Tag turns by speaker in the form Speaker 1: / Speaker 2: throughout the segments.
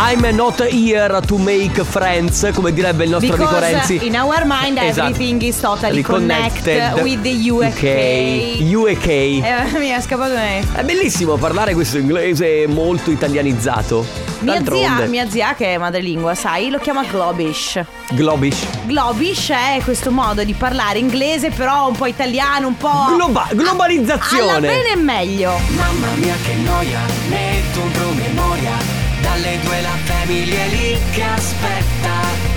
Speaker 1: I'm not here to make friends, come direbbe il nostro
Speaker 2: Because
Speaker 1: amico Renzi.
Speaker 2: in our mind
Speaker 1: Esatto.
Speaker 2: everything is totally connected,
Speaker 1: Reconnected.
Speaker 2: with the UK.
Speaker 1: UK.
Speaker 2: Eh, mi è scappato me.
Speaker 1: È bellissimo parlare questo inglese molto italianizzato.
Speaker 2: Mia zia,
Speaker 1: D'altronde.
Speaker 2: mia zia che è madrelingua, sai, lo chiama globish.
Speaker 1: Globish.
Speaker 2: Globish è questo modo di parlare inglese, però un po' italiano, un po'.
Speaker 1: Globa- globalizzazione.
Speaker 2: Oh. Ah, Alla bene e meglio.
Speaker 3: Mamma mia che noia, metto un promemoria Dalle due la famiglia è lì che aspetta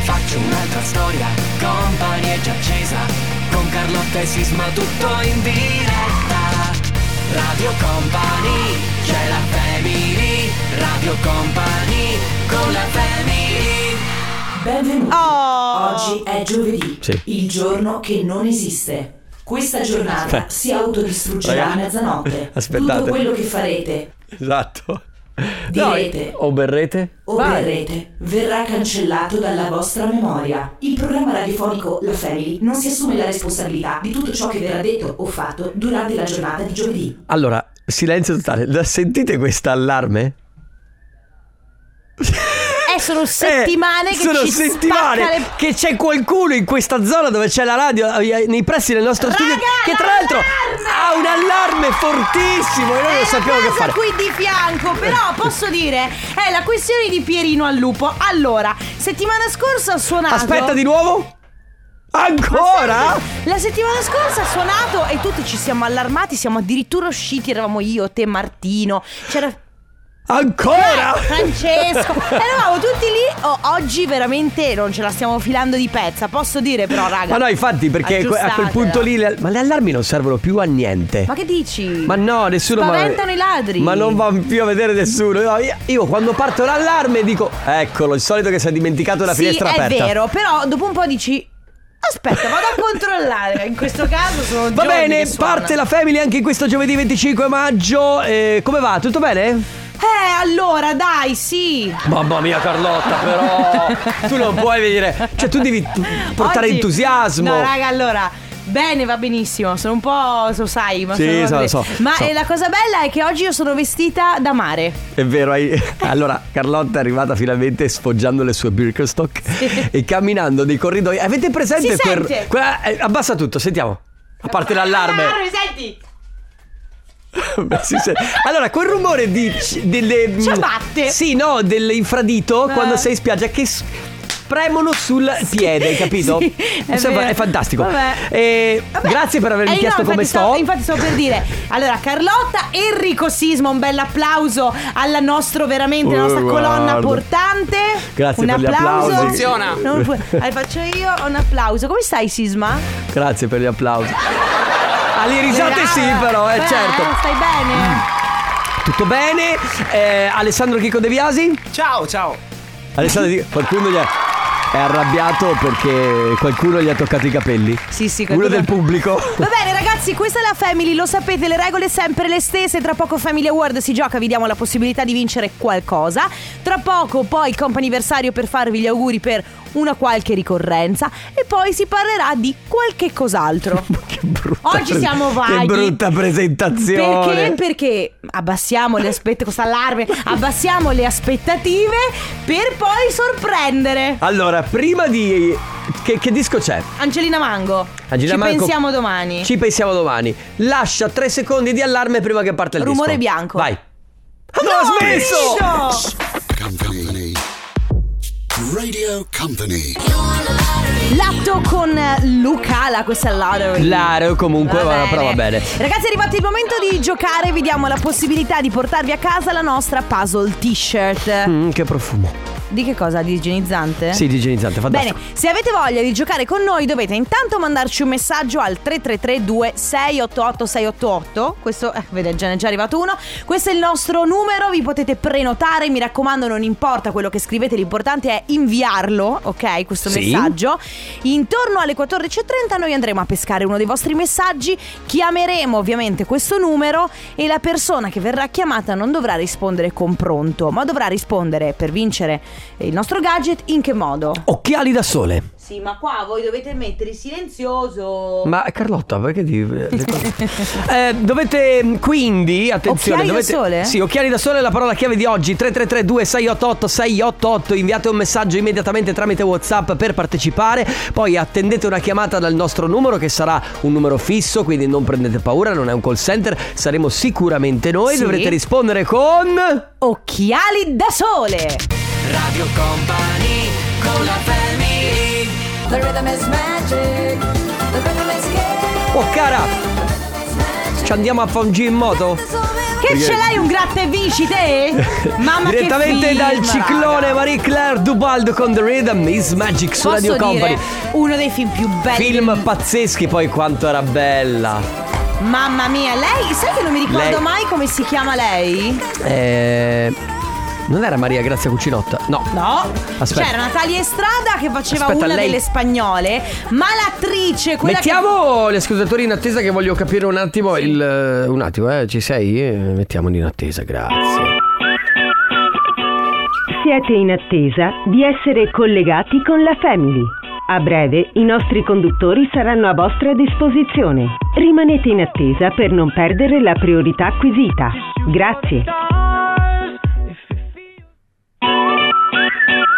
Speaker 3: Faccio un'altra storia, company è già accesa Con Carlotta e Sisma tutto in diretta Radio Company, c'è la family Radio Company, con la family
Speaker 4: Benvenuti.
Speaker 2: Oh.
Speaker 4: Oggi è giovedì,
Speaker 1: Sì.
Speaker 4: il giorno che non esiste. Questa giornata
Speaker 1: Aspetta.
Speaker 4: si autodistruggerà a
Speaker 1: Ragazzi,
Speaker 4: mezzanotte.
Speaker 1: aspettate.
Speaker 4: Tutto quello che farete,
Speaker 1: Esatto.
Speaker 4: direte
Speaker 1: O berrete?
Speaker 4: o verrete verrà cancellato dalla vostra memoria. Il programma radiofonico La Family non si assume la responsabilità di tutto ciò che verrà detto o fatto durante la giornata di giovedì.
Speaker 1: Allora, silenzio totale. La- Sentite questa allarme?
Speaker 2: Eh, sono settimane
Speaker 1: Eh,
Speaker 2: che
Speaker 1: sono
Speaker 2: ci
Speaker 1: settimane
Speaker 2: spacca le-
Speaker 1: che c'è qualcuno in questa zona dove c'è la radio eh, nei pressi del nostro studio
Speaker 2: Raga,
Speaker 1: che tra l'altro ha un allarme fortissimo e noi
Speaker 2: È
Speaker 1: non
Speaker 2: la
Speaker 1: sappiamo Eh, che
Speaker 2: casa
Speaker 1: fare.
Speaker 2: Eh,
Speaker 1: Eh.
Speaker 2: qui di fianco, però posso dire, è la questione di Pierino al lupo. Allora, settimana scorsa ha suonato.
Speaker 1: Aspetta di nuovo? Ancora?
Speaker 2: La settimana scorsa ha suonato e tutti ci siamo allarmati, siamo addirittura usciti, eravamo io, te, Martino, c'era Eh,
Speaker 1: Ancora?
Speaker 2: Francesco, eravamo tutti lì, o- oggi veramente non ce la stiamo filando di pezza, posso dire però raga.
Speaker 1: Ma no, infatti, perché que- a quel punto lì. le- ma le allarmi non servono più a niente.
Speaker 2: Ma che dici?
Speaker 1: Ma no, nessuno. ma-
Speaker 2: Spaventano i ladri.
Speaker 1: Ma non vanno più a vedere nessuno. No, io, io quando parto l'allarme dico: Eccolo, il solito che si è dimenticato la
Speaker 2: sì,
Speaker 1: finestra
Speaker 2: è
Speaker 1: aperta.
Speaker 2: vero, però dopo un po' dici Aspetta, vado a controllare. In questo caso sono
Speaker 1: Va
Speaker 2: giorni
Speaker 1: bene,
Speaker 2: che suona.
Speaker 1: parte la family anche in questo giovedì 25 maggio. Eh, come va? Tutto bene?
Speaker 2: Eh, allora, dai, sì.
Speaker 1: Mamma mia, Carlotta, però tu non puoi venire. Cioè, tu devi t- portare
Speaker 2: Oggi-
Speaker 1: entusiasmo.
Speaker 2: No, raga, allora. Bene, va benissimo. Sono un po'. lo sai, ma
Speaker 1: Sì,
Speaker 2: sono-
Speaker 1: so, lo so,
Speaker 2: Ma
Speaker 1: so.
Speaker 2: eh, la cosa bella è che oggi io sono vestita da mare.
Speaker 1: È vero, hai- allora Carlotta è arrivata finalmente sfoggiando le sue Birkenstock e camminando nei corridoi. Avete presente
Speaker 2: Si
Speaker 1: per...
Speaker 2: sente.
Speaker 1: quella- eh, abbassa tutto, sentiamo. A parte l'allarme.
Speaker 2: Ah, senti?
Speaker 1: Beh, si sente. Allora, quel rumore di... delle... mm,
Speaker 2: Ciabatte.
Speaker 1: Sì, no, dell'infradito
Speaker 2: Eh.
Speaker 1: quando sei in spiaggia che... s- Premono sul piede, hai capito?
Speaker 2: sì, è
Speaker 1: Mi sembra-
Speaker 2: vero.
Speaker 1: fantastico.
Speaker 2: Vabbè.
Speaker 1: Eh,
Speaker 2: Vabbè.
Speaker 1: grazie per avermi
Speaker 2: Eh, no,
Speaker 1: chiesto
Speaker 2: infatti
Speaker 1: come
Speaker 2: stavo- infatti sto per dire. Allora, Carlotta, Enrico Sisma, un bel applauso alla nostro veramente, la nostra
Speaker 1: Eh,
Speaker 2: colonna
Speaker 1: guarda.
Speaker 2: portante.
Speaker 1: Grazie
Speaker 2: un
Speaker 1: per gli
Speaker 2: applauso.
Speaker 1: applausi.
Speaker 3: Funziona.
Speaker 2: Non pu- Allora, faccio io un applauso. Come stai, Sisma?
Speaker 1: Grazie per gli applausi. Ah, le risate
Speaker 2: Brava.
Speaker 1: sì, però, eh,
Speaker 2: Beh,
Speaker 1: certo.
Speaker 2: Stai bene?
Speaker 1: Tutto bene? Eh, Alessandro Chico De Viasi?
Speaker 3: Ciao, ciao
Speaker 1: Alessandro Chico, qualcuno gli ha- è arrabbiato perché qualcuno gli ha toccato i capelli.
Speaker 2: Sì, sì,
Speaker 1: Uno
Speaker 2: qualcuno-
Speaker 1: del pubblico.
Speaker 2: Va bene ragazzi, questa è la Family, lo sapete, le regole sempre le stesse, tra poco Family Award si gioca, vi diamo la possibilità di vincere qualcosa, tra poco poi comp'anniversario per farvi gli auguri per una qualche ricorrenza e poi si parlerà di qualche cos'altro.
Speaker 1: che brutta.
Speaker 2: Oggi siamo vaghi.
Speaker 1: Che brutta presentazione.
Speaker 2: Perché? Perché abbassiamo le aspettative, questa allarme, abbassiamo le aspettative per poi sorprendere.
Speaker 1: Allora, prima di... Che, che disco c'è?
Speaker 2: Angelina Mango,
Speaker 1: Angela
Speaker 2: ci
Speaker 1: Manco-
Speaker 2: pensiamo domani.
Speaker 1: Ci pensiamo domani. Lascia tre secondi di allarme prima che parte il
Speaker 2: Rumore
Speaker 1: disco.
Speaker 2: bianco.
Speaker 1: Vai. No, ha smesso!
Speaker 2: Finito!
Speaker 5: Company. Radio Company.
Speaker 2: Latto con Lucala, questa è Lottery.
Speaker 1: Laro comunque,
Speaker 2: Va
Speaker 1: va, però va bene.
Speaker 2: Ragazzi, è arrivato il momento di giocare. Vi diamo la possibilità di portarvi a casa la nostra puzzle t-shirt.
Speaker 1: Mm, che profumo.
Speaker 2: Di che cosa? Di igienizzante?
Speaker 1: Sì, digenizzante,
Speaker 2: Eh? Bene,
Speaker 1: fantastico.
Speaker 2: se avete voglia di giocare con noi dovete intanto mandarci un messaggio al 333-2688-688 Questo, eh, vede, già- ne è già arrivato uno Questo è il nostro numero, vi potete prenotare Mi raccomando, non importa quello che scrivete L'importante è inviarlo, ok? Questo
Speaker 1: Sì.
Speaker 2: messaggio Intorno alle 14.30 noi andremo a pescare uno dei vostri messaggi Chiameremo ovviamente questo numero E la persona che verrà chiamata non dovrà rispondere con pronto Ma dovrà rispondere per vincere il nostro gadget in che modo?
Speaker 1: Occhiali da sole.
Speaker 2: Sì, ma qua voi dovete mettere silenzioso.
Speaker 1: Ma Carlotta, perché ti... le cose- Eh, dovete quindi, attenzione,
Speaker 2: Occhiali
Speaker 1: dovete...
Speaker 2: da sole?
Speaker 1: Sì, occhiali da sole è la parola chiave di oggi 3332 688 688 inviate un messaggio immediatamente tramite WhatsApp per partecipare, poi attendete una chiamata dal nostro numero che sarà un numero fisso, quindi non prendete paura, non è un call center, saremo sicuramente noi,
Speaker 2: Sì.
Speaker 1: dovrete rispondere con
Speaker 2: Occhiali da sole.
Speaker 3: Radio Company con la family
Speaker 1: Oh cara! Ci andiamo a fare un giro in moto?
Speaker 2: Che ce l'hai un gratta e vinci te? Mamma che
Speaker 1: Direttamente
Speaker 2: film,
Speaker 1: dal ciclone
Speaker 2: raga.
Speaker 1: Marie Claire Dubald con The Rhythm Miss Magic su
Speaker 2: Posso
Speaker 1: Radio
Speaker 2: dire
Speaker 1: Company.
Speaker 2: uno dei film più belli
Speaker 1: Film pazzeschi poi quanto era bella.
Speaker 2: Mamma mia, lei, sai che non mi ricordo
Speaker 1: Lei-
Speaker 2: mai come si chiama lei?
Speaker 1: Eh, non era Maria Grazia Cucinotta? No.
Speaker 2: No,
Speaker 1: Aspetta.
Speaker 2: c'era Natalia Estrada che faceva
Speaker 1: Aspetta,
Speaker 2: una
Speaker 1: lei-
Speaker 2: delle spagnole, ma l'attrice, quella
Speaker 1: Mettiamo gli ascoltatori in attesa che voglio capire un attimo il... Un attimo, eh, ci sei? Eh, Mettiamoli in attesa, grazie.
Speaker 6: Siete in attesa di essere collegati con la Family. A breve i nostri conduttori saranno a vostra disposizione. Rimanete in attesa per non perdere la priorità acquisita. Grazie.
Speaker 2: che...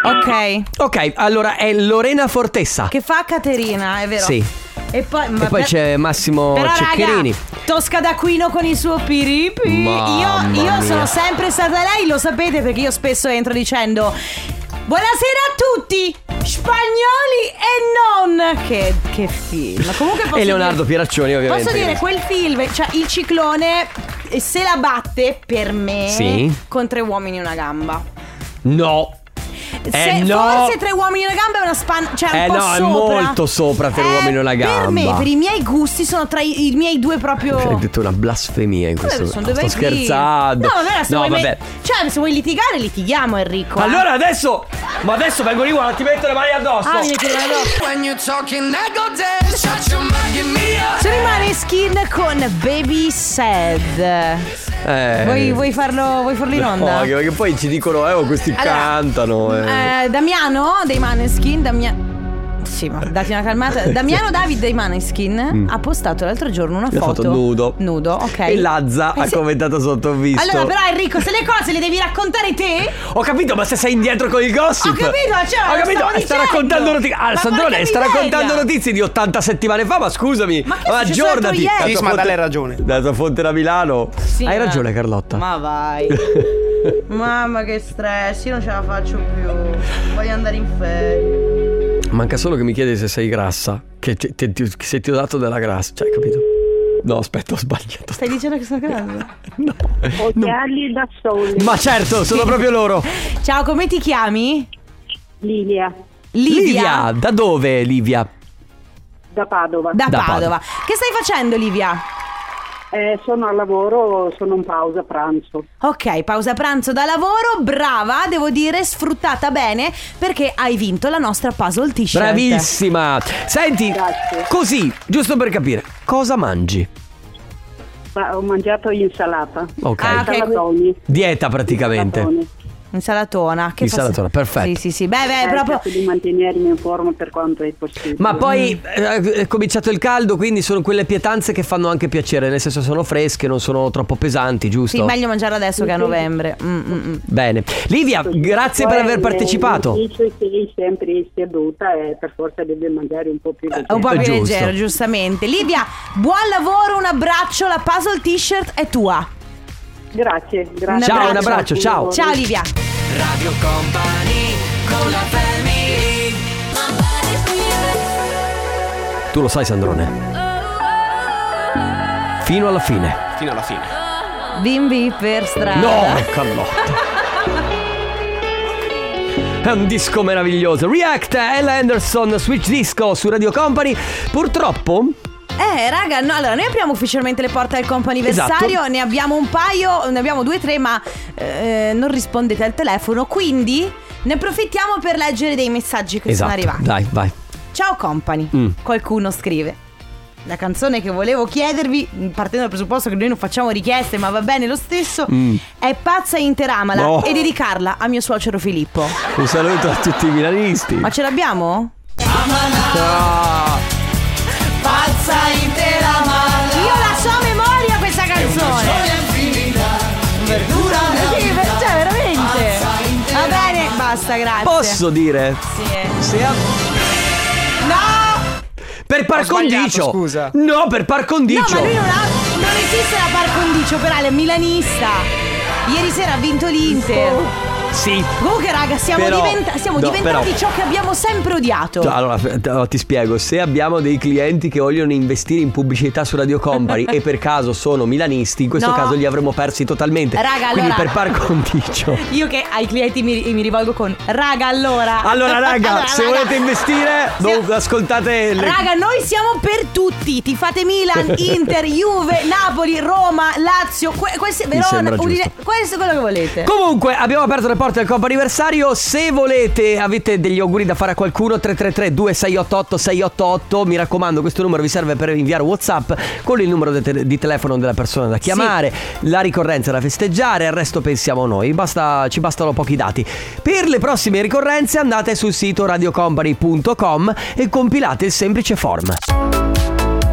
Speaker 2: Ok,
Speaker 1: Ok, allora è Lorena Fortessa.
Speaker 2: che fa Caterina, è vero?
Speaker 1: Sì.
Speaker 2: E poi,
Speaker 1: E poi c'è Massimo
Speaker 2: Però
Speaker 1: Ceccherini.
Speaker 2: raga, Tosca d'Aquino con il suo piripi
Speaker 1: Mamma
Speaker 2: Io, io
Speaker 1: mia.
Speaker 2: sono sempre stata lei, lo sapete perché io spesso entro dicendo Buonasera a tutti, spagnoli e non Che, che film Comunque posso
Speaker 1: E Leonardo
Speaker 2: dire-
Speaker 1: Pieraccioni ovviamente.
Speaker 2: Posso dire, quel film, cioè il ciclone eh, se la batte per me
Speaker 1: Sì.
Speaker 2: con tre uomini e una gamba
Speaker 1: No.
Speaker 2: se,
Speaker 1: Eh, no.
Speaker 2: Forse tre uomini e una gamba è una span. Cioè, un
Speaker 1: Eh,
Speaker 2: po'
Speaker 1: no, è
Speaker 2: sopra. Eh,
Speaker 1: molto sopra tre uomini e una
Speaker 2: Per
Speaker 1: gamba.
Speaker 2: me, per i miei gusti, sono tra i, i miei due proprio.
Speaker 1: Hai detto una blasfemia in questo
Speaker 2: Vabbè, sono due
Speaker 1: Sto
Speaker 2: bei film.
Speaker 1: scherzando.
Speaker 2: No, vabbè, se
Speaker 1: No,
Speaker 2: vuoi me-
Speaker 1: vabbè.
Speaker 2: Cioè, se vuoi litigare, litighiamo, Enrico. eh.
Speaker 1: Allora adesso. Ma adesso vengo lì, guarda, ti metto le mani addosso.
Speaker 2: Ah, mi chiedo, allora. Sono i Maneskin con Baby Sad.
Speaker 1: Eh.
Speaker 2: Vuoi, vuoi farlo, vuoi farlo in onda?
Speaker 1: No, che- perché poi ci dicono, eh, oh, questi
Speaker 2: Allora,
Speaker 1: cantano. eh.
Speaker 2: Eh, Damiano dei Maneskin, Damiano. Sì, ma dati una calmata. Damiano David dei Maneskin
Speaker 1: Mm.
Speaker 2: ha postato l'altro giorno una
Speaker 1: Una
Speaker 2: foto.
Speaker 1: foto nudo.
Speaker 2: Nudo, ok.
Speaker 1: E Lazza
Speaker 2: Eh,
Speaker 1: ha
Speaker 2: sì.
Speaker 1: commentato sotto, ho visto.
Speaker 2: Allora, però, Enrico, se le cose le devi raccontare te.
Speaker 1: Ho capito, ma se sei indietro con il gossip.
Speaker 2: Ho capito, cioè,
Speaker 1: Ho
Speaker 2: lo
Speaker 1: capito, eh,
Speaker 2: stavo
Speaker 1: sta
Speaker 2: dicendo.
Speaker 1: raccontando notizie. Ah,
Speaker 2: Ma
Speaker 1: Sandrone,
Speaker 2: porca
Speaker 1: sta
Speaker 2: miseria.
Speaker 1: raccontando notizie di 80 settimane fa, ma scusami.
Speaker 2: Ma che è successo
Speaker 1: aggiornati.
Speaker 2: l'altro ieri?
Speaker 1: Isma, dalle ragione. Da tua fonte da Milano. Hai
Speaker 2: ma-
Speaker 1: ragione, Carlotta.
Speaker 2: Ma vai. Mamma che stress, io non ce la faccio più. Voglio andare in ferie.
Speaker 1: Manca solo che mi chiedi se sei grassa. Che ti- ti- ti- se ti ho dato della grassa. Cioè, capito? No, aspetta, ho sbagliato.
Speaker 2: Stai dicendo che sono grande?
Speaker 1: No. No.
Speaker 6: da sole,
Speaker 1: Ma certo, sono proprio loro.
Speaker 2: Ciao, come ti chiami?
Speaker 6: Lilia,
Speaker 1: Livia, da dove Livia?
Speaker 6: da Padova.
Speaker 2: Da,
Speaker 1: Da
Speaker 2: Padova.
Speaker 1: Padova.
Speaker 2: Che stai facendo, Livia?
Speaker 6: Eh, sono al lavoro, sono in pausa pranzo.
Speaker 2: Ok, pausa pranzo da lavoro, brava, devo dire, sfruttata bene perché hai vinto la nostra puzzle t-shirt.
Speaker 1: Bravissima. Senti,
Speaker 6: Grazie.
Speaker 1: così, giusto per capire, cosa mangi?
Speaker 6: ho mangiato insalata.
Speaker 1: Ok.
Speaker 2: Ah, ok.
Speaker 1: Dieta praticamente.
Speaker 2: Insalatona. Che
Speaker 1: Insalatona, perfetto.
Speaker 2: Sì, sì, sì. Beh, beh, Eh, proprio...
Speaker 6: Eh, di mantenermi in forma per quanto è possibile.
Speaker 1: Ma poi eh, è cominciato il caldo, quindi sono quelle pietanze che fanno anche piacere, nel senso sono fresche, non sono troppo pesanti, giusto?
Speaker 2: Sì, meglio mangiare adesso che a novembre. Mm, mm, mm.
Speaker 1: Bene. Livia, grazie per aver partecipato.
Speaker 6: Dice che sempre seduta e per forza deve mangiare un po' più
Speaker 1: Eh, oh.
Speaker 2: È un po' più
Speaker 1: Giusto.
Speaker 2: leggero, giustamente. Livia, buon lavoro, un abbraccio, la puzzle t-shirt è tua.
Speaker 6: Grazie, grazie.
Speaker 1: Ciao, un
Speaker 2: abbraccio.
Speaker 1: abbraccio, ciao.
Speaker 2: Ciao Livia.
Speaker 3: Radio Company con la family
Speaker 1: Tu lo sai, Sandrone. Fino alla fine.
Speaker 2: Bimbi per strada.
Speaker 1: No, Carlotta. È un disco meraviglioso. React, Ella Anderson, Switch Disco su Radio Company. Purtroppo,
Speaker 2: Eh, raga, no, allora noi apriamo ufficialmente le porte al comp anniversario,
Speaker 1: Esatto.
Speaker 2: ne abbiamo un paio, ne abbiamo due, tre, ma eh, non rispondete al telefono, quindi ne approfittiamo per leggere dei messaggi che sono
Speaker 1: esatto.
Speaker 2: arrivati.
Speaker 1: Dai, vai.
Speaker 2: Ciao company,
Speaker 1: Mm.
Speaker 2: qualcuno scrive. la canzone che volevo chiedervi, partendo dal presupposto che noi non facciamo richieste, ma va bene lo stesso, è Pazza Interamala
Speaker 1: Mm. No.
Speaker 2: e dedicarla a mio suocero Filippo.
Speaker 1: Un saluto a tutti i milanisti.
Speaker 2: Ma ce l'abbiamo?
Speaker 3: Pazza intera mala
Speaker 2: Io la so a memoria questa canzone!
Speaker 3: Verdura
Speaker 2: Sì, ver- cioè veramente! Va bene, basta, grazie.
Speaker 1: Posso dire?
Speaker 2: Sì, eh.
Speaker 1: Se a-
Speaker 2: No!
Speaker 1: Per par condicio.
Speaker 7: scusa.
Speaker 1: No, per par
Speaker 2: No,
Speaker 1: condicio.
Speaker 2: ma lui non ha. Non esiste la par condicio, però è milanista. Ieri sera ha vinto l'Inter.
Speaker 1: Sì.
Speaker 2: Comunque, raga, siamo,
Speaker 1: Oh. Però-
Speaker 2: diventa- siamo
Speaker 1: no,
Speaker 2: diventati
Speaker 1: però-
Speaker 2: ciò che abbiamo sempre odiato.
Speaker 1: Cioè, Allora, f- t- no, ti spiego, se abbiamo dei clienti che vogliono investire in pubblicità su Radio Company e per caso sono milanisti, in questo
Speaker 2: No.
Speaker 1: caso li avremmo persi totalmente.
Speaker 2: Raga,
Speaker 1: Quindi
Speaker 2: allora-
Speaker 1: per par condicio.
Speaker 2: Io che ai clienti mi, mi rivolgo con Raga allora
Speaker 1: Allora, raga,
Speaker 2: Allora,
Speaker 1: se
Speaker 2: raga.
Speaker 1: volete investire,
Speaker 2: Se-
Speaker 1: non- ascoltate le...
Speaker 2: Raga, noi siamo per tutti. Ti fate Milan, Inter, Juve, Napoli, Roma, Lazio, que- qualsi- Verona,
Speaker 1: sembra giusto.
Speaker 2: Udine. Questo è quello che volete.
Speaker 1: Comunque abbiamo aperto le porte al compo anniversario Se volete avete degli auguri da fare a qualcuno 333 2688 688 Mi raccomando questo numero vi serve per inviare Whatsapp Con il numero de- te- di telefono della persona da chiamare La ricorrenza da festeggiare Il resto pensiamo noi Basta- Ci bastano pochi dati Per le prossime ricorrenze andate sul sito radiocompany.com E compilate il semplice form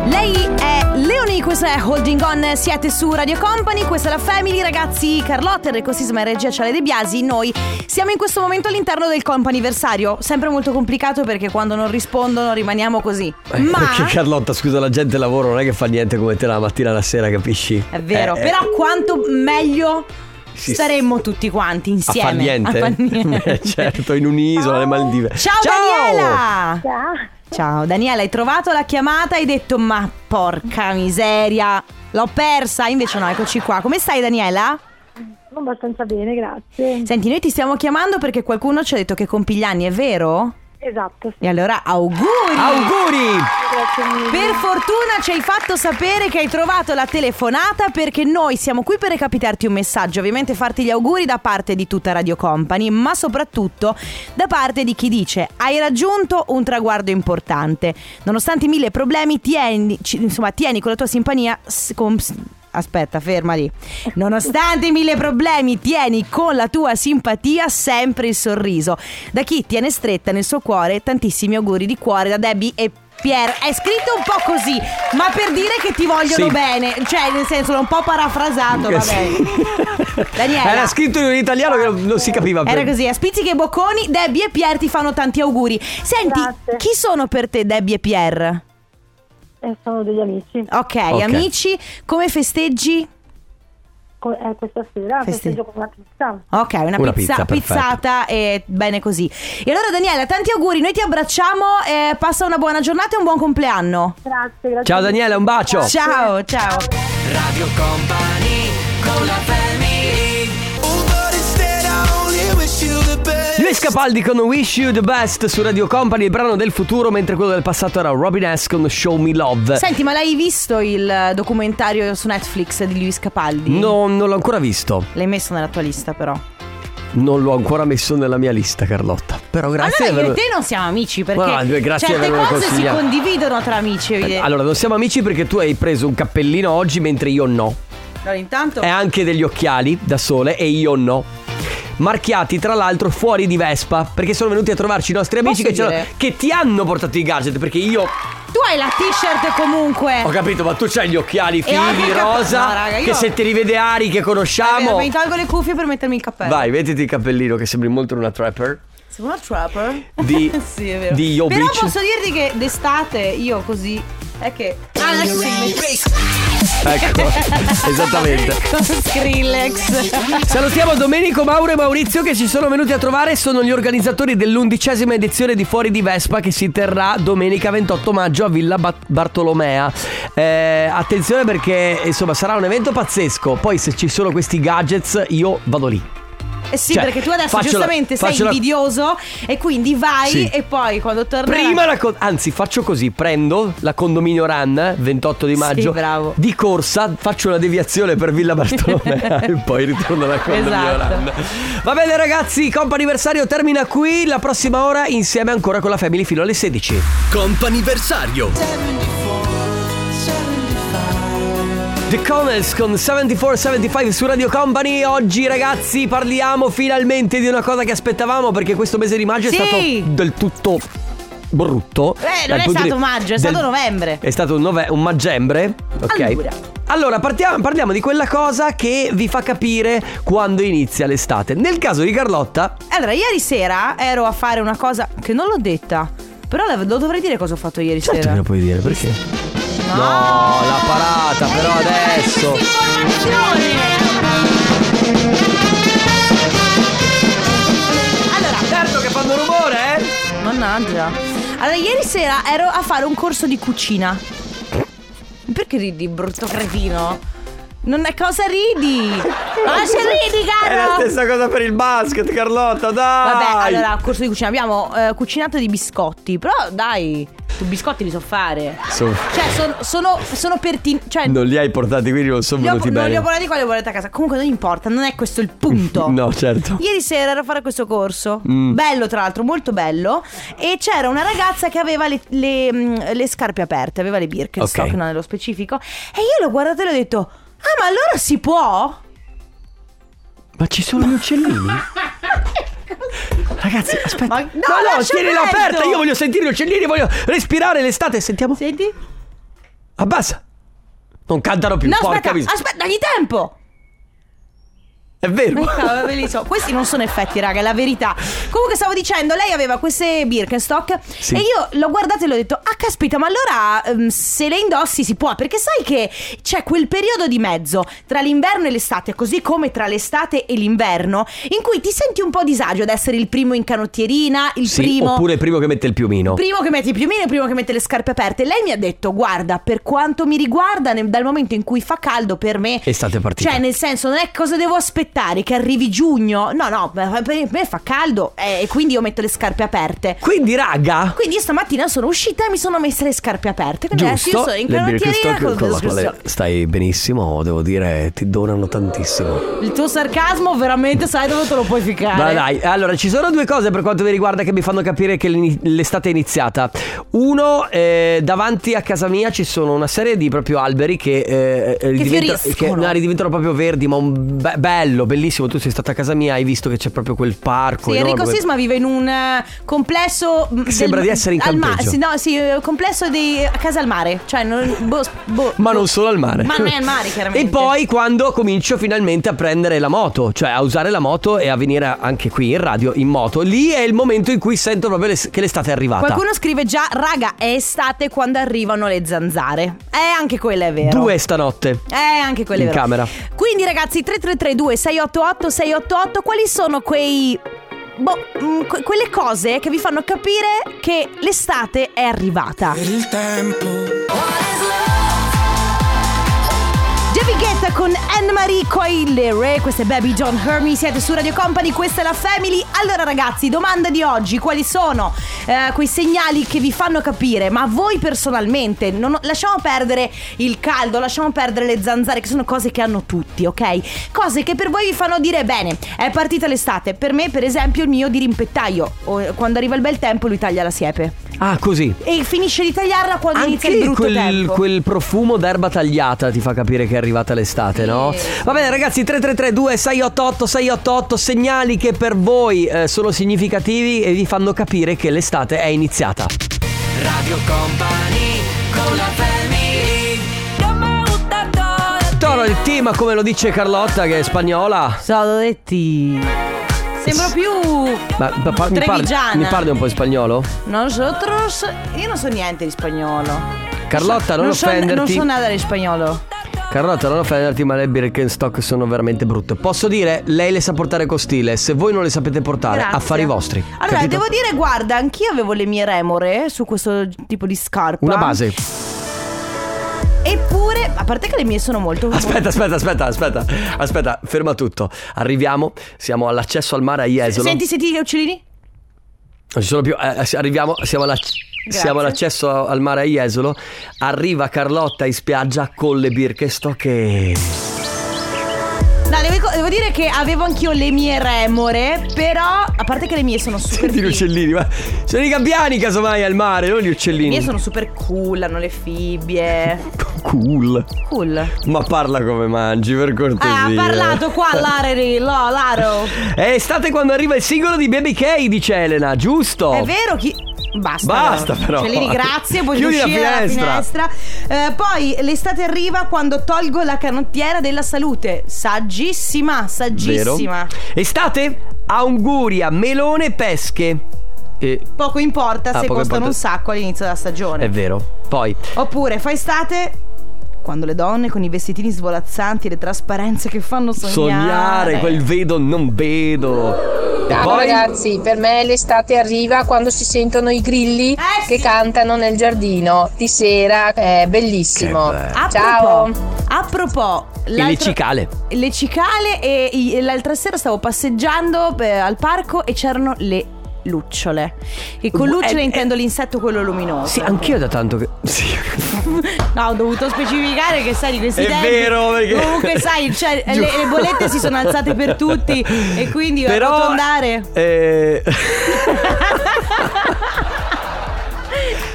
Speaker 2: Lei è Leonie, questa è Holding On, siete su Radio Company, questa è la Family, ragazzi, Carlotta, Enrico Sisma e Regia Ciale De Biasi, noi siamo in questo momento all'interno del comp'anniversario, sempre molto complicato perché quando non rispondono rimaniamo così,
Speaker 1: Eh,
Speaker 2: ma...
Speaker 1: Perché Carlotta scusa la gente lavora non è che fa niente come te la mattina e la sera capisci
Speaker 2: È vero,
Speaker 1: Eh, eh.
Speaker 2: però quanto meglio
Speaker 1: Sì,
Speaker 2: staremmo tutti quanti
Speaker 1: A
Speaker 2: insieme.
Speaker 1: far niente?
Speaker 2: far niente. Oh,
Speaker 1: Beh, certo, in un'isola, le Maldive.
Speaker 2: Ciao, Daniela! Ciao. Daniela, hai trovato la chiamata hai detto ma porca miseria, l'ho persa, invece no, eccoci qua. Come stai Daniela?
Speaker 8: Abbastanza bene, grazie.
Speaker 2: Senti, noi ti stiamo chiamando perché qualcuno ci ha detto che compi gli anni, è vero?
Speaker 8: Esatto, sì,
Speaker 2: E allora auguri!
Speaker 1: Auguri!
Speaker 8: grazie mille.
Speaker 2: Per fortuna ci hai fatto sapere che hai trovato la telefonata perché noi siamo qui per recapitarti un messaggio, ovviamente farti gli auguri da parte di tutta Radio Company, ma soprattutto da parte di chi dice hai raggiunto un traguardo importante. Nonostante i mille problemi, tieni, ci- insomma, tieni con la tua simpania... s- con- s- Aspetta, ferma lì. Nonostante i mille problemi, tieni con la tua simpatia sempre il sorriso. Da chi tiene stretta nel suo cuore, tantissimi auguri di cuore da Debbie e Pier. È scritto un po' così, ma per dire che ti vogliono
Speaker 1: Sì.
Speaker 2: bene. Cioè, nel senso, l'ho un po' parafrasato,
Speaker 1: Che
Speaker 2: vabbè.
Speaker 1: sì.
Speaker 2: Daniela.
Speaker 1: Era scritto in un italiano che non, non si capiva
Speaker 2: Era così, a spizzichi e bocconi, Debbie e Pier ti fanno tanti auguri. Senti,
Speaker 8: Grazie.
Speaker 2: chi sono per te Debbie e Pier?
Speaker 8: Eh, sono degli amici.
Speaker 2: ok,
Speaker 1: Ok.
Speaker 2: amici, come festeggi?
Speaker 8: Co- eh, questa sera
Speaker 2: Festi-
Speaker 8: festeggio con una pizza.
Speaker 2: Ok, una,
Speaker 1: Una pizza,
Speaker 2: pizza,
Speaker 1: perfetto.
Speaker 2: pizzata e bene così. E allora Daniela, tanti auguri, noi ti abbracciamo, eh, passa una buona giornata e un buon compleanno.
Speaker 8: Grazie, grazie.
Speaker 1: Ciao
Speaker 8: mille.
Speaker 1: Daniele, un bacio.
Speaker 2: Ciao, ciao.
Speaker 3: Radio Company con la family
Speaker 1: Luis Capaldi con Wish You the Best su Radio Company, il brano del futuro, mentre quello del passato era Robin S con Show Me Love.
Speaker 2: Senti, ma l'hai visto il documentario su Netflix di Luis Capaldi?
Speaker 1: No, non l'ho ancora visto.
Speaker 2: L'hai messo nella tua lista però.
Speaker 1: Non l'ho ancora messo nella mia lista, Carlotta. Però grazie.
Speaker 2: allora
Speaker 1: per-
Speaker 2: io e te non siamo amici perché
Speaker 1: No, no, grazie di
Speaker 2: certe
Speaker 1: avermelo
Speaker 2: cose si
Speaker 1: consigliato.
Speaker 2: condividono tra amici. evidente.
Speaker 1: Allora, non siamo amici perché tu hai preso un cappellino oggi mentre io no.
Speaker 2: Allora, intanto...
Speaker 1: E anche degli occhiali da sole e io no. Marchiati tra l'altro fuori di Vespa perché sono venuti a trovarci i nostri amici
Speaker 2: Posso
Speaker 1: che, ce l'hanno-
Speaker 2: dire? Eh.
Speaker 1: che ti hanno portato i gadget perché io
Speaker 2: Tu hai la t-shirt comunque.
Speaker 1: ho capito ma tu c'hai gli occhiali
Speaker 2: E anche
Speaker 1: fighi
Speaker 2: il cappello-
Speaker 1: rosa
Speaker 2: No, raga, io-
Speaker 1: che se te li vede Ari che
Speaker 2: È vero,
Speaker 1: conosciamo
Speaker 2: Mi tolgo le cuffie per mettermi il cappello.
Speaker 1: Vai mettiti il cappellino che sembri molto una trapper
Speaker 2: Sei una trapper?
Speaker 1: Di-
Speaker 2: sì, è vero.
Speaker 1: di Jobbik.
Speaker 2: Però posso dirti che d'estate io così. È che. Ah, adesso si mette-
Speaker 1: Ecco esattamente
Speaker 2: Con Skrillex.
Speaker 1: Salutiamo Domenico, Mauro e Maurizio che ci sono venuti a trovare. Sono gli organizzatori dell'undicesima edizione di Fuori di Vespa che si terrà domenica 28 maggio a Villa Bat- Bartolomea. Eh, attenzione perché insomma sarà un evento pazzesco. Poi se ci sono questi gadgets io vado lì.
Speaker 2: Eh sì,
Speaker 1: Cioè,
Speaker 2: perché tu adesso
Speaker 1: faccio la-
Speaker 2: giustamente sei
Speaker 1: faccio la-
Speaker 2: invidioso e quindi vai
Speaker 1: Sì.
Speaker 2: e poi quando tornerai.
Speaker 1: Prima la con- anzi faccio così, prendo la condominio run 28 di
Speaker 2: Sì,
Speaker 1: maggio
Speaker 2: bravo.
Speaker 1: di corsa, faccio una deviazione per Villa Bartolomea e poi ritorno alla condominio
Speaker 2: Esatto.
Speaker 1: run. Va bene ragazzi, comp anniversario termina qui, la prossima ora insieme ancora con la Family fino alle 16.
Speaker 9: Comp'anniversario
Speaker 1: The Connells con 7475 su Radio Company. Oggi, ragazzi, parliamo finalmente di una cosa che aspettavamo perché questo mese di maggio
Speaker 2: Sì.
Speaker 1: è stato del tutto brutto.
Speaker 2: Eh, non
Speaker 1: Dal
Speaker 2: è
Speaker 1: punto
Speaker 2: stato maggio, è stato novembre.
Speaker 1: È stato un, nove- un maggembre. Ok.
Speaker 2: Allora.
Speaker 1: Allora, partiamo- parliamo di quella cosa che vi fa capire quando inizia l'estate. Nel caso di Carlotta,
Speaker 2: Allora, ieri sera ero a fare una cosa che non l'ho detta. Però la- lo dovrei dire cosa ho fatto ieri
Speaker 1: certo
Speaker 2: sera.
Speaker 1: me lo puoi dire perché? No, la parata, però
Speaker 2: Eh,
Speaker 1: adesso.
Speaker 2: Allora,
Speaker 1: Certo che fanno rumore, eh?
Speaker 2: mannaggia. Allora, ieri sera ero a fare un corso di cucina. Perché ridi, brutto cretino? Non è cosa ridi? Ma se ridi,
Speaker 1: È la
Speaker 2: caro!
Speaker 1: stessa cosa per il basket, Carlotta, dai!
Speaker 2: Vabbè, allora, corso di cucina. Abbiamo eh, cucinato dei biscotti. Però, dai, i biscotti li so fare.
Speaker 1: So-
Speaker 2: Cioè, son- sono, sono pertin... Cioè,
Speaker 1: non li hai portati, quindi non sono
Speaker 2: li ho,
Speaker 1: venuti
Speaker 2: non
Speaker 1: bene.
Speaker 2: li ho volati qua, li ho volati a casa. Comunque, non importa, non è questo il punto.
Speaker 1: No, Mm. certo.
Speaker 2: Ieri sera ero a fare questo corso, bello tra l'altro, molto bello. E c'era una ragazza che aveva le, le, mm, le scarpe aperte, aveva le Birkenstock,
Speaker 1: Ok.
Speaker 2: non nello specifico. E io l'ho guardata e le ho detto: Ah, ma allora si può?
Speaker 1: Ma ci sono gli uccellini? Ragazzi, aspetta.
Speaker 2: Ma- no,
Speaker 1: no,
Speaker 2: lascia
Speaker 1: tienila
Speaker 2: aperto!
Speaker 1: aperta. Io voglio sentire gli uccellini, voglio respirare l'estate. Sentiamo.
Speaker 2: Senti?
Speaker 1: Abbassa. Non cantano più.
Speaker 2: No,
Speaker 1: porca
Speaker 2: aspetta,
Speaker 1: miseria.
Speaker 2: aspetta, dagli tempo.
Speaker 1: È vero.
Speaker 2: Ma cavolo, bellissimo. Questi non sono effetti, raga, è la verità. Comunque stavo dicendo, lei aveva queste Birkenstock
Speaker 1: Sì.
Speaker 2: e io l'ho guardata e l'ho detto, ah caspita, ma allora ehm, se le indossi si può, perché sai che c'è quel periodo di mezzo tra l'inverno e l'estate, così come tra l'estate e l'inverno, in cui ti senti un po' a disagio ad essere il primo in canottierina, il
Speaker 1: Sì,
Speaker 2: primo...
Speaker 1: oppure il primo che mette il piumino.
Speaker 2: Primo che mette i piumini, primo che mette le scarpe aperte. Lei mi ha detto: Guarda, per quanto mi riguarda, nel- dal momento in cui fa caldo per me.
Speaker 1: Estate è partita.
Speaker 2: Cioè, nel senso, non è cosa devo aspettare che arrivi giugno. No, no, per per me fa caldo eh, e quindi io metto le scarpe aperte.
Speaker 1: Quindi, raga.
Speaker 2: Quindi io stamattina sono uscita e mi sono messa le scarpe aperte. Quindi adesso io
Speaker 1: Giusto,
Speaker 2: sono in
Speaker 1: le
Speaker 2: canottierina
Speaker 1: Birkenstock
Speaker 2: con
Speaker 1: con la quale
Speaker 2: Birkenstock.
Speaker 1: stai benissimo, devo dire, ti donano tantissimo.
Speaker 2: Il tuo sarcasmo veramente sai dove te lo puoi ficare.
Speaker 1: Ma dai, allora ci sono due cose per quanto mi riguarda che mi fanno capire che l'ini- l'estate è iniziata. Uno, eh, davanti a casa mia ci sono una serie di proprio alberi che, eh, eh, ridiventano-
Speaker 2: fioriscono.
Speaker 1: no, ridiventano proprio verdi, ma un be- bello, bellissimo. Tu sei stata a casa mia, hai visto che c'è proprio quel parco.
Speaker 2: Sì,
Speaker 1: enorme.
Speaker 2: Enrico Sisma vive in un eh, complesso. mm,
Speaker 1: Che sembra di essere in
Speaker 2: al ma-
Speaker 1: campeggio.
Speaker 2: sì, no, sì, eh, complesso di a casa al mare. Cioè, non, boh, boh,
Speaker 1: Ma
Speaker 2: boh.
Speaker 1: non solo al mare.
Speaker 2: Ma non è al mare, chiaramente.
Speaker 1: E poi quando comincio finalmente a prendere la moto, cioè a usare la moto e a venire anche qui in radio in moto, lì è il momento in cui sento proprio les- che l'estate è arrivata.
Speaker 2: Qualcuno scrive già, raga, è estate quando arrivano le zanzare. Eh, anche quella è vero.
Speaker 1: Due stanotte.
Speaker 2: Eh, anche quelle
Speaker 1: In
Speaker 2: vero.
Speaker 1: camera.
Speaker 2: Quindi, ragazzi, 3332 688 688, quali sono quei. Boh, mm, que- quelle cose che vi fanno capire che l'estate è arrivata.
Speaker 3: Il tempo
Speaker 2: David Guetta con Anne-Marie Coilere, questa è Baby John Hermy, siete su Radio Company, questa è la Family. Allora ragazzi, domanda di oggi, quali sono eh, quei segnali che vi fanno capire, ma voi personalmente, non- lasciamo perdere il caldo, lasciamo perdere le zanzare, che sono cose che hanno tutti, ok? Cose che per voi vi fanno dire, bene, è partita l'estate, per me per esempio il mio dirimpettaio, O- eh, quando arriva il bel tempo lui taglia la siepe
Speaker 1: Ah, così.
Speaker 2: e finisce di tagliarla quando inizia il
Speaker 1: Anche
Speaker 2: brutto
Speaker 1: quel,
Speaker 2: tempo.
Speaker 1: quel profumo d'erba tagliata ti fa capire che è arrivata l'estate, no? Va bene, ragazzi, 3332 688 688 segnali che per voi eh, sono significativi e vi fanno capire che l'estate è iniziata.
Speaker 3: Radio Company con la family
Speaker 1: Toro il team, come lo dice Carlotta, che è spagnola.
Speaker 2: Sono detti. Sembro più.
Speaker 1: Ma, ma par- mi, parli,
Speaker 2: Trevigiana.
Speaker 1: mi parli un po' in spagnolo?
Speaker 2: Nosotros. Io non so niente di spagnolo.
Speaker 1: Carlotta, non,
Speaker 2: non, so,
Speaker 1: offenderti.
Speaker 2: non so nada di spagnolo.
Speaker 1: Carlotta, non offenderti, ma le Birkenstock sono veramente brutte. Posso dire, lei le sa portare con stile. Se voi non le sapete portare,
Speaker 2: Grazie.
Speaker 1: affari vostri.
Speaker 2: Allora,
Speaker 1: capito?
Speaker 2: devo dire, guarda, anch'io avevo le mie remore su questo tipo di scarpa.
Speaker 1: Una base.
Speaker 2: Eppure, a parte che le mie sono molto.
Speaker 1: Aspetta, aspetta, aspetta, aspetta, aspetta, ferma tutto. Arriviamo, siamo all'accesso al mare a Jesolo.
Speaker 2: Senti, senti gli uccellini?
Speaker 1: Non ci sono più. eh, eh, arriviamo, siamo, alla- siamo all'accesso al mare a Jesolo. Arriva Carlotta in spiaggia con le Birkenstock e.
Speaker 2: No, devo, devo dire che avevo anch'io le mie remore. Però, a parte che le mie sono super.
Speaker 1: Senti gli
Speaker 2: fighe.
Speaker 1: uccellini, ma. Sono i gabbiani casomai al mare, non gli
Speaker 2: Le
Speaker 1: uccellini.
Speaker 2: mie sono super cool, hanno le fibbie.
Speaker 1: Cool.
Speaker 2: Cool.
Speaker 1: Ma parla come mangi, per cortesia.
Speaker 2: Ah, ha parlato qua l'Areri, lo, l'Aro.
Speaker 1: È estate quando arriva il singolo di Baby K, dice Elena, giusto?
Speaker 2: È vero chi... Basta,
Speaker 1: Oh. Basta, però.
Speaker 2: Cellini, grazie, puoi
Speaker 1: Chiudi la
Speaker 2: uscire dalla
Speaker 1: finestra.
Speaker 2: finestra. Eh, poi l'estate arriva quando tolgo la canottiera della salute. Saggissima,
Speaker 1: Vero?
Speaker 2: saggissima.
Speaker 1: Estate? Anguria, melone, pesche. Eh,
Speaker 2: Poco importa
Speaker 1: Ah,
Speaker 2: se
Speaker 1: poco importa.
Speaker 2: costano un sacco all'inizio della stagione.
Speaker 1: è vero. Poi,
Speaker 2: Oppure fa estate quando le donne con i vestitini svolazzanti e le trasparenze che fanno sognare.
Speaker 1: sognare, quel vedo, non vedo.
Speaker 7: Ciao
Speaker 1: Poi,
Speaker 7: ragazzi, per me l'estate arriva quando si sentono i grilli
Speaker 2: Eh,
Speaker 7: che
Speaker 2: sì.
Speaker 7: cantano nel giardino di sera, è bellissimo.
Speaker 1: Che bello.
Speaker 2: A
Speaker 7: Ciao.
Speaker 2: propos, a propos,
Speaker 1: e le
Speaker 2: l'altro-
Speaker 1: cicale.
Speaker 2: le cicale e, i- e l'altra sera stavo passeggiando eh, al parco e c'erano le lucciole. E con
Speaker 1: Eh,
Speaker 2: lucciole
Speaker 1: eh.
Speaker 2: intendo l'insetto quello luminoso.
Speaker 1: Sì, anch'io da tanto che... Sì.
Speaker 2: No, ho dovuto specificare che sai di questi
Speaker 1: È
Speaker 2: tempi.
Speaker 1: vero, perché-
Speaker 2: Comunque sai, cioè, le,
Speaker 1: Giù.
Speaker 2: le bollette si sono alzate per tutti e quindi
Speaker 1: Però...
Speaker 2: ho andare.
Speaker 1: Eh...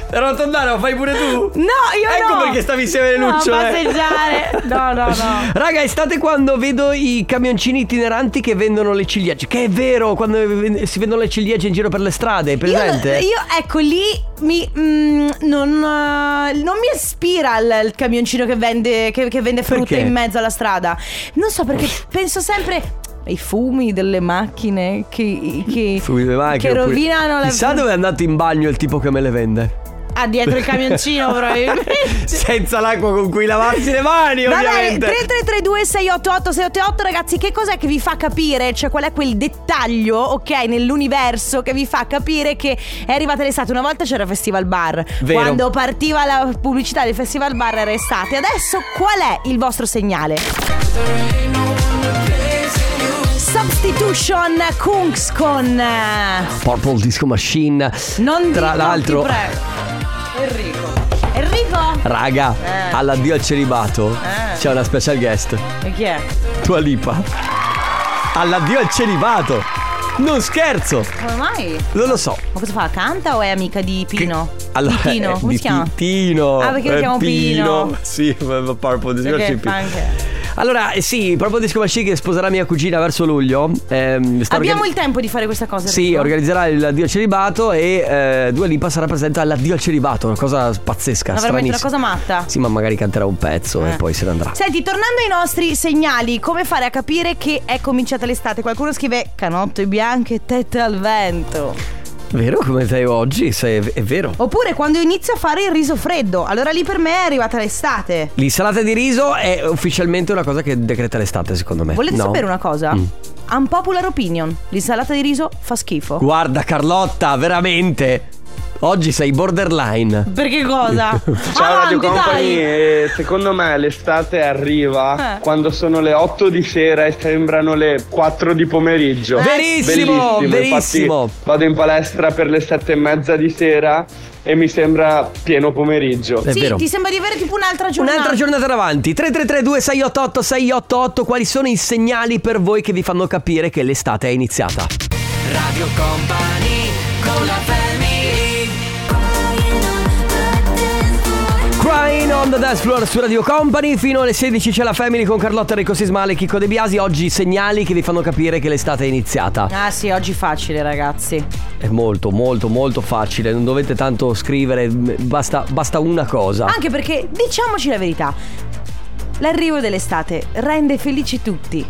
Speaker 1: Arrotondare, lo fai pure tu?
Speaker 2: No, io
Speaker 1: ecco
Speaker 2: no.
Speaker 1: perché stavi insieme alle
Speaker 2: No,
Speaker 1: lucciole.
Speaker 2: passeggiare. No, no, no.
Speaker 1: Raga, estate quando vedo i camioncini itineranti che vendono le ciliegie. Che è vero, quando ven- si vendono le ciliegie in giro per le strade, hai presente?
Speaker 2: Io, io, ecco lì mi, mm, non, eh, non mi ispira il, il camioncino che vende, che, che vende frutta
Speaker 1: Perché?
Speaker 2: in mezzo alla strada. Non so perché penso sempre ai fumi delle macchine che, che,
Speaker 1: Fumi delle macchine,
Speaker 2: che
Speaker 1: oppure-
Speaker 2: rovinano la
Speaker 1: Chissà dove è andato in bagno il tipo che me le vende.
Speaker 2: Ah, dietro il camioncino probabilmente.
Speaker 1: Senza l'acqua con cui lavarsi le mani,
Speaker 2: Va bene,
Speaker 1: ovviamente.
Speaker 2: 3332 688 688 ragazzi, che cos'è che vi fa capire? Cioè qual è quel dettaglio, ok, nell'universo che vi fa capire che è arrivata l'estate? Una volta c'era Festival Bar,
Speaker 1: Vero.
Speaker 2: quando partiva la pubblicità del Festival Bar era estate, adesso qual è il vostro segnale? Substitution Kungs con... eh,
Speaker 1: Purple Disco Machine.
Speaker 2: Non
Speaker 1: Tra
Speaker 2: di-
Speaker 1: l'altro, Ah.
Speaker 2: non ti prego. Enrico. Enrico?
Speaker 1: raga,
Speaker 2: Eh.
Speaker 1: all'addio al celibato
Speaker 2: Eh.
Speaker 1: c'è una special guest.
Speaker 2: E Chi è?
Speaker 1: Tua Lipa. All'addio al celibato. Non scherzo,
Speaker 2: Come mai?
Speaker 1: non lo so.
Speaker 2: Ma cosa fa? Canta o è amica di Pino?
Speaker 1: Allora,
Speaker 2: di Pino,
Speaker 1: eh,
Speaker 2: come
Speaker 1: di
Speaker 2: si chiama?
Speaker 1: Pino.
Speaker 2: Ah, perché lo
Speaker 1: Eh,
Speaker 2: chiamo Pino.
Speaker 1: Sì, ma- ma Purple Disco
Speaker 2: Perché
Speaker 1: Machine,
Speaker 2: fa
Speaker 1: Pino.
Speaker 2: anche-
Speaker 1: Allora, eh, sì, proprio Disco Machine che sposerà mia cugina verso luglio. Ehm, sta
Speaker 2: Abbiamo
Speaker 1: organi-
Speaker 2: il tempo di fare questa cosa.
Speaker 1: Sì,
Speaker 2: Enrico?
Speaker 1: organizzerà il Dio al celibato e eh, Dua Lipa sarà presente all'addio al celibato, una cosa pazzesca,
Speaker 2: Ma veramente una
Speaker 1: stranissima.
Speaker 2: cosa matta.
Speaker 1: Sì, ma magari canterà un pezzo e
Speaker 2: Eh.
Speaker 1: poi se ne andrà.
Speaker 2: Senti, tornando ai nostri segnali, come fare a capire che è cominciata l'estate? Qualcuno scrive canotte bianche, tette al vento.
Speaker 1: Vero come sei oggi? Sei- è vero.
Speaker 2: Oppure quando inizia a fare il riso freddo. Allora lì per me è arrivata l'estate.
Speaker 1: L'insalata di riso è ufficialmente una cosa che decreta l'estate, secondo me.
Speaker 2: Volete
Speaker 1: Eh, No?
Speaker 2: sapere una cosa?
Speaker 1: Mm.
Speaker 2: Unpopular opinion. L'insalata di riso fa schifo.
Speaker 1: Guarda Carlotta, veramente. Oggi sei borderline.
Speaker 2: Perché cosa?
Speaker 9: Ciao Radio
Speaker 2: Avanti, dai.
Speaker 9: Company, eh, secondo me l'estate arriva
Speaker 2: Eh.
Speaker 9: quando sono le 8 di sera e sembrano le 4 di
Speaker 2: Eh.
Speaker 9: pomeriggio.
Speaker 1: Verissimo,
Speaker 9: Bellissimo,
Speaker 1: verissimo.
Speaker 9: infatti vado in palestra per le 7 e mezza di sera e mi sembra pieno pomeriggio.
Speaker 1: È
Speaker 2: sì,
Speaker 1: vero.
Speaker 2: ti sembra di avere tipo un'altra giornata.
Speaker 1: Un'altra giornata davanti. 3332 688 688 Quali sono i segnali per voi che vi fanno capire che l'estate è iniziata?
Speaker 3: Radio Company con la family
Speaker 1: Crying on the dance floor su Radio Company Fino alle 16 c'è la Family con Carlotta Enrico Sismale e Chicco De Biasi Oggi segnali che vi fanno capire che l'estate è iniziata
Speaker 2: Ah sì, oggi facile ragazzi.
Speaker 1: È molto molto molto facile Non dovete tanto scrivere Basta, basta una cosa
Speaker 2: Anche perché, diciamoci la verità, l'arrivo dell'estate rende felici tutti.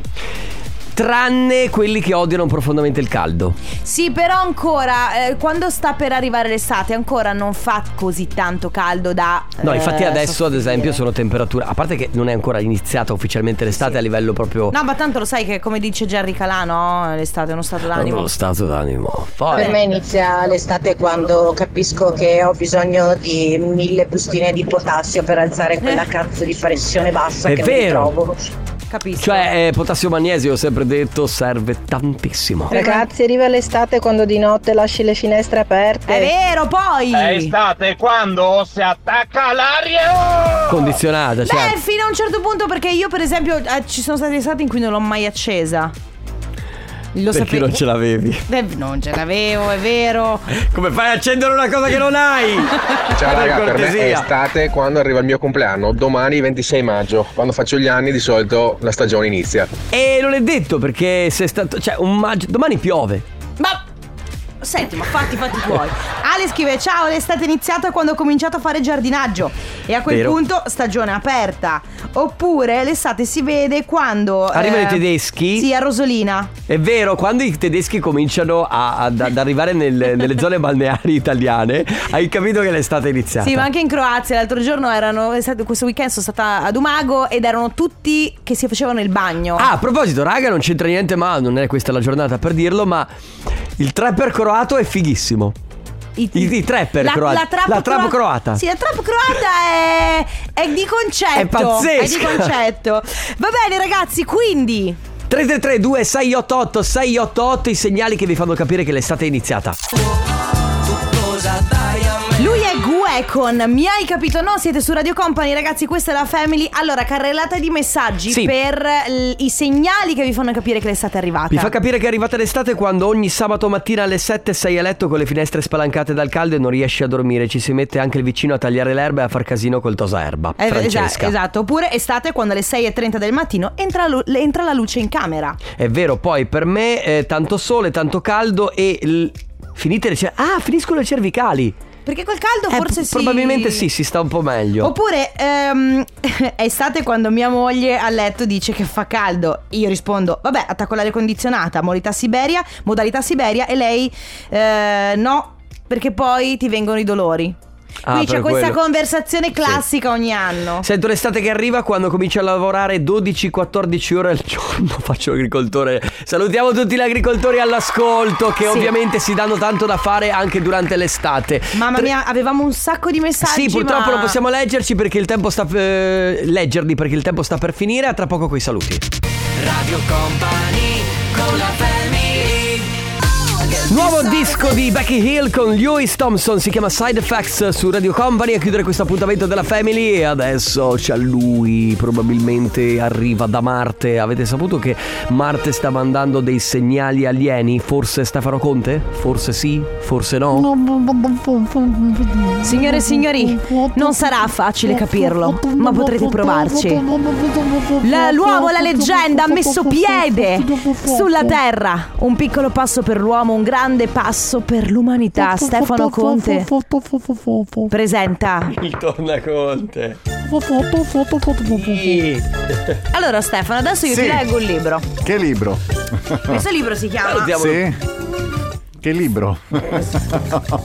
Speaker 1: Tranne quelli che odiano profondamente il caldo
Speaker 2: Sì, però ancora, eh, quando sta per arrivare l'estate, ancora non fa così tanto caldo da...
Speaker 1: No,
Speaker 2: eh,
Speaker 1: infatti adesso ad
Speaker 2: soffrire.
Speaker 1: esempio sono temperature A parte che non è ancora iniziata ufficialmente l'estate a livello proprio
Speaker 2: No, ma tanto lo sai che come dice Jerry Calà, no? L'estate è uno stato d'animo.
Speaker 1: Lo stato d'animo Poi
Speaker 7: Per me inizia l'estate quando capisco che ho bisogno di mille bustine di potassio per alzare quella cazzo di pressione bassa
Speaker 1: È
Speaker 7: che
Speaker 1: vero.
Speaker 7: non trovo.
Speaker 2: Capisco.
Speaker 1: Cioè, eh, potassio magnesio, ho sempre detto, serve tantissimo.
Speaker 7: Ragazzi, arriva l'estate quando di notte lasci le finestre aperte.
Speaker 2: È vero, poi...
Speaker 1: Eh,
Speaker 9: estate quando si attacca l'aria!
Speaker 1: Condizionata, cioè.
Speaker 2: Beh, fino a un certo punto, perché io, per esempio, eh, ci sono state estate in cui non l'ho mai accesa. Lo
Speaker 1: Perché
Speaker 2: sapevo.
Speaker 1: non ce l'avevi.
Speaker 2: Eh, non ce l'avevo, è vero.
Speaker 1: Come fai a accendere una cosa che non hai?
Speaker 10: Ciao
Speaker 1: Per
Speaker 10: raga, per me è
Speaker 1: cortesia.
Speaker 10: estate quando arriva il mio compleanno, domani 26 maggio, quando faccio gli anni di solito la stagione inizia.
Speaker 1: E non è detto perché se è stato. Cioè, un maggio. Domani piove.
Speaker 2: Ma senti, ma fatti i fatti tuoi. Ale scrive: Ciao, l'estate è iniziata quando ho cominciato a fare giardinaggio. E a quel
Speaker 1: Vero.
Speaker 2: punto stagione aperta. Oppure l'estate si vede quando. eh,
Speaker 1: Arrivano i tedeschi.
Speaker 2: Sì, a Rosolina.
Speaker 1: È vero, quando i tedeschi cominciano a- ad, ad arrivare nel- nelle zone balneari italiane, hai capito che l'estate è iniziata.
Speaker 2: Sì, ma anche in Croazia. L'altro giorno erano. è stato- Questo weekend sono stata ad Umago ed erano tutti che si facevano il bagno.
Speaker 1: Ah, a proposito, raga, non c'entra niente, ma non è questa la giornata per dirlo, ma il trapper croato è fighissimo.
Speaker 2: I,
Speaker 1: i- i trapper
Speaker 2: la,
Speaker 1: croati.
Speaker 2: La trap,
Speaker 1: La trap
Speaker 2: croa-
Speaker 1: croata.
Speaker 2: Sì, la trap croata è, è di concetto.
Speaker 1: È pazzesca.
Speaker 2: È di concetto. Va bene, ragazzi, quindi.
Speaker 1: 3332 688 688 i segnali che vi fanno capire che l'estate è iniziata.
Speaker 2: Lui è Gue con Mi hai capito? No, siete su Radio Company, ragazzi, questa è la Family. Allora, carrellata di messaggi
Speaker 1: Sì.
Speaker 2: per l- i segnali che vi fanno capire che l'estate è arrivata.
Speaker 1: Vi fa capire che è arrivata l'estate quando ogni sabato mattina alle 7 sei a letto con le finestre spalancate dal caldo e non riesci a dormire. Ci si mette anche il vicino a tagliare l'erba e a far casino col tosaerba.
Speaker 2: Eh,
Speaker 1: Francesca.
Speaker 2: esa- esatto, oppure estate quando alle 6.30 del mattino entra, lu- entra la luce in camera.
Speaker 1: È vero, poi per me eh, tanto sole, tanto caldo e l- finite le cer- Ah, finiscono le cervicali.
Speaker 2: Perché quel caldo
Speaker 1: Eh,
Speaker 2: forse
Speaker 1: p-
Speaker 2: si.
Speaker 1: Probabilmente sì, si sta un po' meglio.
Speaker 2: Oppure ehm, è estate quando mia moglie a letto dice che fa caldo. Io rispondo, vabbè, attacco l'aria condizionata, modalità Siberia, modalità Siberia e lei eh, no, perché poi ti vengono i dolori.
Speaker 1: Ah,
Speaker 2: Quindi c'è
Speaker 1: per
Speaker 2: questa
Speaker 1: quello.
Speaker 2: conversazione
Speaker 1: Sì.
Speaker 2: classica ogni anno.
Speaker 1: Sento l'estate che arriva quando comincio a lavorare 12-14 ore al giorno. Faccio l'agricoltore. Salutiamo tutti gli agricoltori all'ascolto che
Speaker 2: Sì.
Speaker 1: ovviamente si danno tanto da fare anche durante l'estate.
Speaker 2: Mamma
Speaker 1: Tre-
Speaker 2: mia, avevamo un sacco di messaggi.
Speaker 1: Sì, purtroppo
Speaker 2: ma-
Speaker 1: non possiamo leggerci perché il tempo sta eh, leggerli perché il tempo sta per finire. A tra poco coi saluti.
Speaker 3: Radio Company con la family
Speaker 1: Nuovo disco di Becky Hill con Lewis Thompson, si chiama Side Effects su Radio Company a chiudere questo appuntamento della Family e adesso c'è lui, probabilmente arriva da Marte. Avete saputo che Marte sta mandando dei segnali alieni? Forse Stefano Conte? Forse sì, forse no?
Speaker 2: Signore e signori, non sarà facile capirlo, ma potrete provarci. La- l'uomo, la leggenda, ha messo piede sulla terra. Un piccolo passo per l'uomo, un grande passo per l'umanità. Stefano Conte presenta.
Speaker 1: Torna Conte. Sì.
Speaker 2: Allora, Stefano, adesso io
Speaker 11: Sì. Ah.
Speaker 2: ti leggo un libro.
Speaker 11: Che libro?
Speaker 2: Questo libro si
Speaker 11: Eh,
Speaker 2: chiama.
Speaker 11: Sì? Che libro?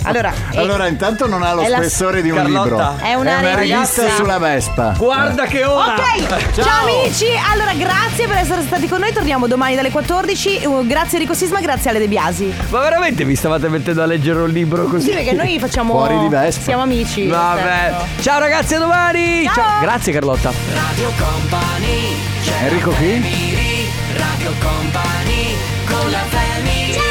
Speaker 2: Allora, è-
Speaker 11: Allora, intanto non ha lo
Speaker 2: è la-
Speaker 11: spessore di un
Speaker 1: Carlotta.
Speaker 11: libro.
Speaker 2: È una
Speaker 11: rivista
Speaker 2: rivista.
Speaker 11: sulla Vespa.
Speaker 1: Guarda che ora!
Speaker 2: Ok, ciao. amici. Allora, grazie per essere stati con noi. Torniamo domani dalle 14. Uh, Grazie Enrico Sisma, grazie Ale De Biasi.
Speaker 1: Ma veramente vi stavate mettendo a leggere un libro così?
Speaker 2: Sì, perché noi facciamo.
Speaker 11: Fuori di Vespa.
Speaker 2: Siamo amici.
Speaker 1: Vabbè.
Speaker 2: Stefano.
Speaker 1: Ciao ragazzi, a domani!
Speaker 2: Ciao.
Speaker 1: Grazie Carlotta.
Speaker 3: Radio Company c'è
Speaker 11: Enrico chi?
Speaker 3: family, Radio Company con la family